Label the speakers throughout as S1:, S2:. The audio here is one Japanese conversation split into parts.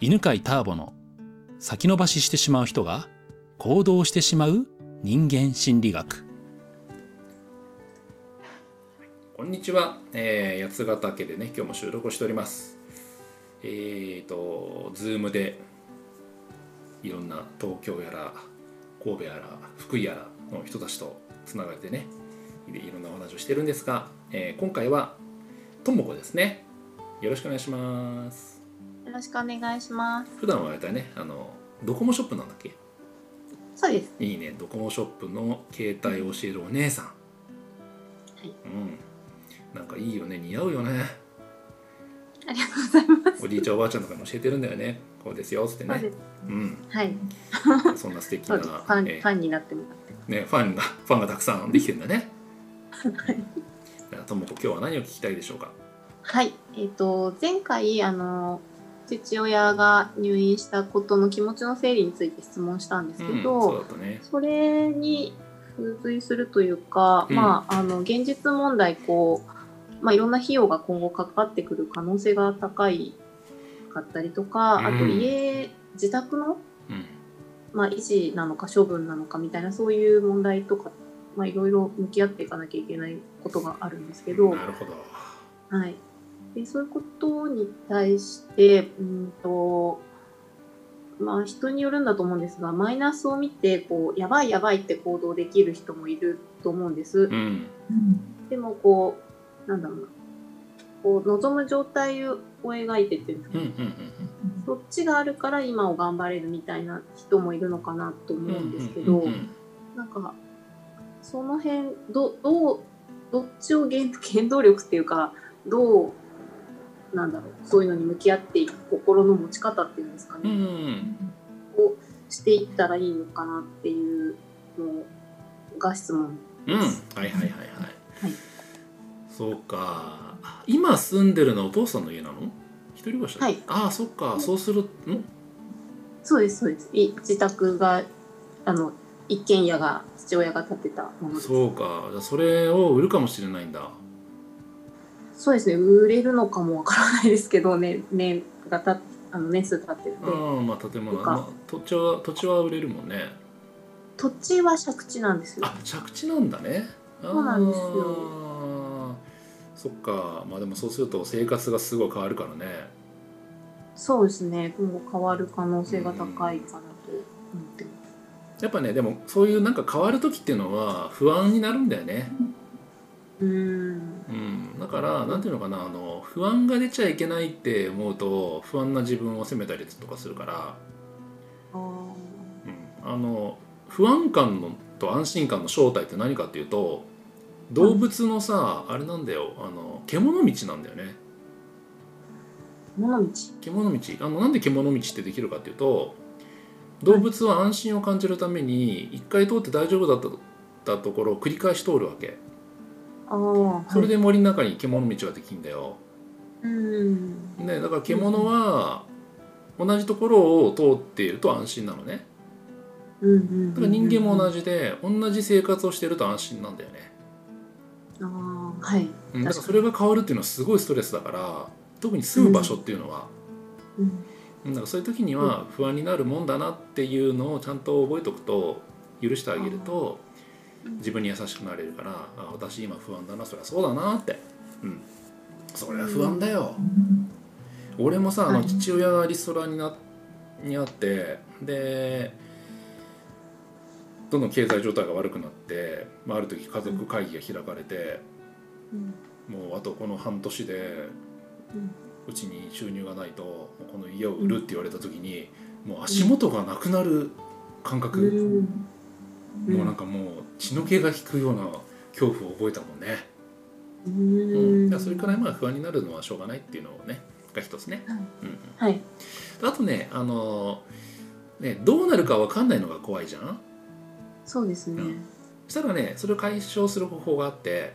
S1: 犬飼ターボの先延ばししてしまう人が行動してしまう人間心理学
S2: こんにちは、えー八ヶ岳でね今日も収録をしておりますえーと Zoom でいろんな東京やら神戸やら福井やらの人たちとつながれてねいいろんなお話をしてるんですが、えー今回はともこですねよろしくお願いします
S3: よろしくお願いします。
S2: 普段はあれだねあのドコモショップなんだっけ
S3: そうです。
S2: いいねドコモショップの携帯を教えるお姉さん、
S3: い
S2: うんなんかいいよね似合うよね
S3: ありがとうございま
S2: おじいちゃんおばあちゃんとかに教えてるんだよねこうですよっつって
S3: す。そうで
S2: ね
S3: す。
S2: うん
S3: はい。
S2: そんな素敵
S3: そ
S2: な
S3: うです。ファン、
S2: え
S3: ファンになってもらって。
S2: ーねファンがファンがたくさんできてるんだねじゃあともこ今日は何を聞きたいでしょうか
S3: はい。えっ、と、前回、あの。父親が入院したことの気持ちの整理について質問したんです
S2: う
S3: け
S2: ん
S3: ど。
S2: そうだったね
S3: それに付随するというか、
S2: うん
S3: まあ、あの現実問題こう、まあ、いろんな費用が今後かかってくる可能性が高いかったりとか、あと
S2: うん
S3: 家自宅の、
S2: うん
S3: まあ、維持なのか処分なのかみたいなそういう問題とか、まあ、いろいろ向き合っていかなきゃいけないことがあるんですけど、
S2: なるほど
S3: はい、でそういうことに対してうんと、まあ、人によるんだと思うんですがマイナスを見てこうやばいやばいって行動できる人もいると思うんです
S2: う。ん
S3: でもこうなんだろうなこう望む状態を描いてっていうんですか
S2: うんうん
S3: そっちがあるから今を頑張れるみたいな人もいるのかなと
S2: うんうん
S3: 思うんですけ
S2: う
S3: ど。
S2: んうんうん
S3: なんかその辺どどうどっちを原原動力っていうかどうなんだろうそういうのに向き合っていく心の持ち方っていうんですか
S2: うん
S3: ね、
S2: うん
S3: をしていったらいいのかなっていうのが質問
S2: うんはいはいはいはい、
S3: はい
S2: そうか今住んでるのはお父さんの家なの一人暮らしだ
S3: はい
S2: ああそっかそうするん
S3: そうですそうですい自宅があの一軒家が父親が建てたものです
S2: そうかじゃあそれを売るかもしれないんだ
S3: そうですね売れるのかもわからないですけどね年がたあの年数経ってるん
S2: あ
S3: で
S2: あまあ建物
S3: そっか
S2: まあ、土地は土地は売れるもんね
S3: 土地は借地なんですよ
S2: あ着地なんだねそう
S3: なんですよ
S2: そっかまあでもそうすると生活がすごい変わるからね
S3: そうですね今後変わる可能性が高いかなと思ってます、
S2: やっぱねでもそういうなんか変わる時っていうのは不安になるんだよね
S3: うーん
S2: うん、だからなんていうのかなあの不安が出ちゃいけないって思うと不安な自分を責めたりとかするから、
S3: あー
S2: うん、あの不安感のと安心感の正体って何かっていうと動物のさあれなんだよあの獣道なんだよね
S3: 物道
S2: 獣道あのなんで獣道ってできるかっていうと動物は安心を感じるために一回通って大丈夫だったところを繰り返し通るわけ
S3: ああ
S2: それで森の中に獣道ができるんだよ、
S3: うーん
S2: ね、だから獣は同じところを通っていると安心なのね
S3: うんうんうんうん
S2: だから人間も同じで同じ生活をしてると安心なんだよね、
S3: ああはい
S2: うん、だから
S3: 確
S2: そ
S3: か
S2: れが変わるっていうのはすごいストレスだから特に住む場所っていうのは、
S3: うん
S2: うん、だからそういう時には不安になるもんだなっていうのをちゃんと覚えておくと許してあげると
S3: うん
S2: 自分に優しくなれるからあ私今不安だなそりゃそうだなってうんそりゃ不安だよ、俺もさあ
S3: は
S2: の
S3: い
S2: 父親がリストラになにあってでどんどん経済状態が悪くなって、まあ、ある時家族会議が開かれて、
S3: うん
S2: もうあとこの半年で
S3: うん
S2: うちに収入がないともうこの家を売るって言われた時に、もう足元がなくなる感
S3: う
S2: 覚、
S3: ん
S2: もうなんかもう血の気が引くような恐怖を覚えたもんね、
S3: う
S2: うん
S3: ん
S2: だからそれくらいまあ不安になるのはしょうがないっていうのをねが一つね、
S3: はい
S2: うんうん
S3: はい
S2: あとねあのねどうなるか分かんないのが怖いじゃん
S3: そうですね、
S2: うんそしたらねそれを解消する方法があって、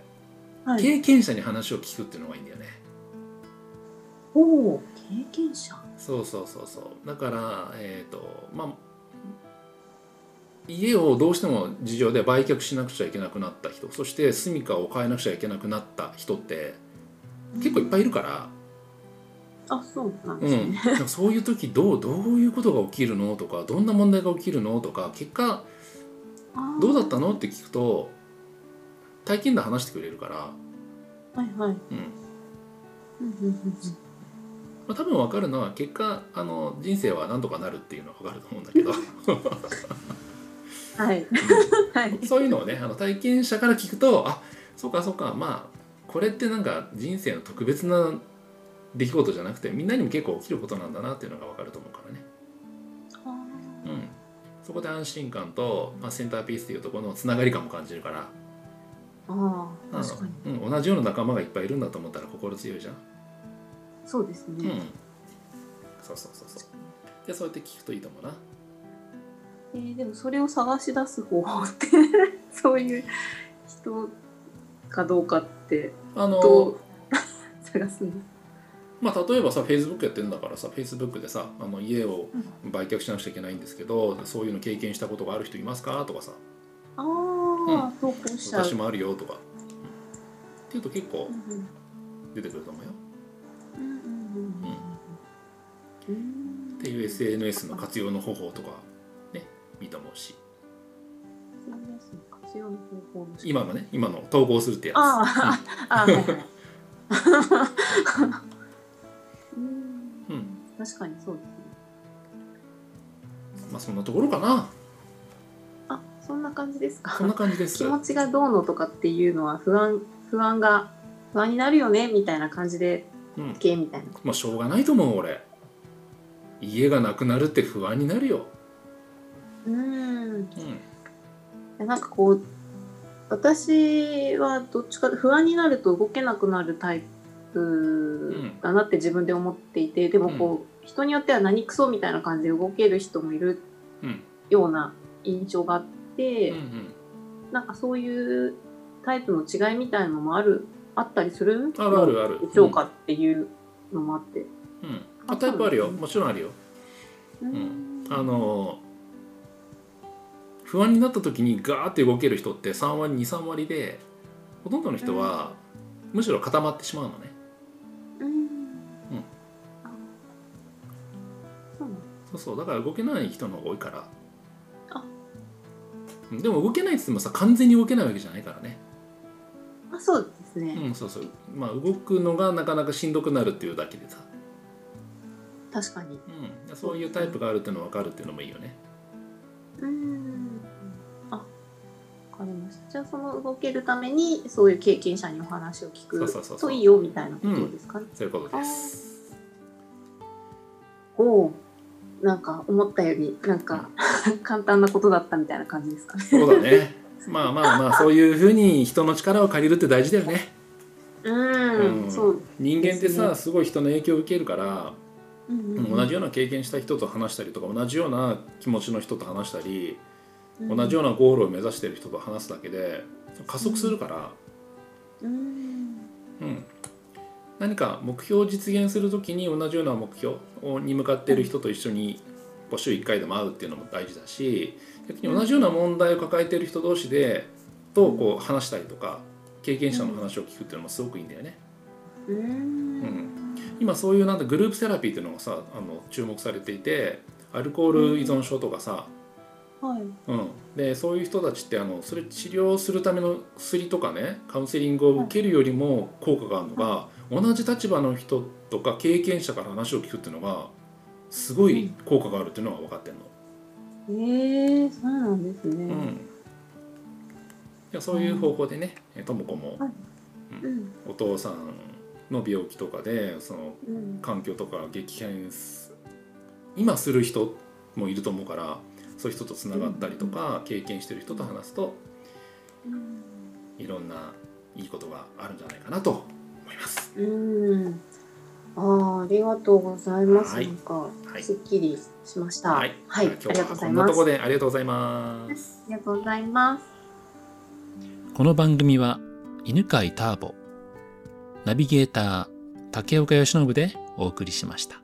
S3: はい
S2: 経験者に話を聞くっていうのがいいんだよね
S3: おお経験者
S2: そうそうそうそうだからえっ、とまあ家をどうしても事情で売却しなくちゃいけなくなった人そして住処を変えなくちゃいけなくなった人って結構いっぱいいるから、
S3: あ、そうなんです
S2: う
S3: ね。
S2: ん、でもそういう時どうどういうことが起きるのとかどんな問題が起きるのとか結果
S3: あー
S2: どうだったのって聞くと体験談話してくれるから、
S3: はいはい。
S2: うん
S3: うんうんうんうん
S2: まあ、多分分かるのは結果あの人生は何とかなるっていうのは分かると思うんだ けど
S3: はい。はい。
S2: そういうのをねあの体験者から聞くとあそうかそうかまあこれってなんか人生の特別な出来事じゃなくてみんなにも結構起きることなんだなっていうのが分かると思うからね。
S3: あ
S2: うん、そこで安心感と、まあ、センターピースっていうところのつながり感も感じるから
S3: ーあー、
S2: あの
S3: 確かに。
S2: うん、同じような仲間がいっぱいいるんだと思ったら心強いじゃん、
S3: そうです
S2: う
S3: ね。
S2: ん、そうそうそうそうでそうやって聞くといいと思うな
S3: えーでもそれを探し出す方法って そういう人かどうかって
S2: あ
S3: ど
S2: の
S3: う探すの？
S2: まあ例えばさ Facebook やってんだからさ Facebook でさあの家を売却しなくちゃいけないんですけどそういうの経験したことがある人いますかとかさ
S3: ああ、投稿しちゃう
S2: 私。もあるよとか、うんっていうと結構
S3: うんうん
S2: 出てくると思うよ
S3: うんうんうんうん
S2: っていう SNS の活用の方法とかねいいと思うし
S3: SNS の活用の方法の
S2: 今のね今の投稿するってやつ
S3: ああ、 ああ、はいはい。うん
S2: うん、うん
S3: 確かにそうですね。
S2: まあそんなところかな
S3: あ、そんな感じです
S2: そんな
S3: か。
S2: 感じです
S3: 気持ちがどうのとかっていうのは不安、不安が不安になるよねみたいな感じで
S2: うん
S3: けみたいな。
S2: まあしょうがないと思う俺家がなくなるって不安になるよ、
S3: うん。い
S2: うん、
S3: やなんかこう私はどっちか不安になると動けなくなるタイプだなって自分で思っていて、でもこう、人によっては何クソみたいな感じで動ける人もいる
S2: うん
S3: ような印象があって。
S2: うんうん
S3: なんかそういうタイプの違いみたいのもあるあったりする
S2: あるあるある
S3: でしょうかっていうのもあって。
S2: うんあタイプあるよもちろんあるよ
S3: うん
S2: あのー不安になった時にガーって動ける人って3割23割でほとんどの人はむしろ固まってしまうのね
S3: うん
S2: うん
S3: あそうなの
S2: そうそうだから動けない人の方が多いから
S3: あ
S2: うんでも動けないっつってもさ完全に動けないわけじゃないからね
S3: あそうですね、
S2: うんそうそうまあ動くのがなかなかしんどくなるっていうだけでさ
S3: 確かに。
S2: うん、そういうタイプがあるっていうの分かるっていうのもいいよね。
S3: うんあわかりましたじゃあその動けるためにそういう経験者にお話を聞
S2: そう
S3: く
S2: そうそうそう
S3: といいよみたいなことですかね。
S2: そういうことです。
S3: おおなんか思ったよりなんか簡単なことだったみたいな感じですかね。
S2: そうだね。まあまあまあそういうふうに人の力を借りるって大事だよね。
S3: うん、
S2: うん
S3: そう、
S2: 人間って
S3: です
S2: さ
S3: ね
S2: すごい人の影響を受けるから、
S3: うんうんうん
S2: 同じような経験した人と話したりとか同じような気持ちの人と話したり同じようなゴールを目指してる人と話すだけで加速するから、
S3: うん
S2: うん、何か目標を実現する時に同じような目標に向かっている人と一緒にこう週1回でも会うっていうのも大事だし逆に同じような問題を抱えている人同士でとこう話したりとか経験者の話を聞くっていうのもすごくいいんだよね。
S3: う
S2: うん今そういうなんだグループセラピーっていうのがさあの注目されていてアルコール依存症とかさ、
S3: はい
S2: うん、でそういう人たちってあのそれ治療するための薬とかねカウンセリングを受けるよりも効果があるのが、同じ立場の人とか経験者から話を聞くっていうのがすごい効果があるっていうのは分かってるの、
S3: えー、そうなんですね。
S2: うん、いやそういう方法でねえとも子も
S3: はいうん
S2: お父さんの病気とかでその
S3: うん
S2: 環境とか激変す今する人もいると思うからそういう人とつながったりとか、経験してる人と話すといろんないいことがあるんじゃないかなと思います。
S3: うんあーありがとうございます。
S2: はい
S3: なんか、
S2: はい
S3: すっきりしました。
S2: はい、
S3: はい、
S2: じゃ
S3: あ
S2: あ今日はこ
S3: りがとうござい
S2: んな
S3: ま
S2: とこ
S3: す。
S2: でありがとうございます。
S3: ありがとうございます。
S1: この番組は犬飼ターボ、ナビゲーター竹岡由伸でお送りしました。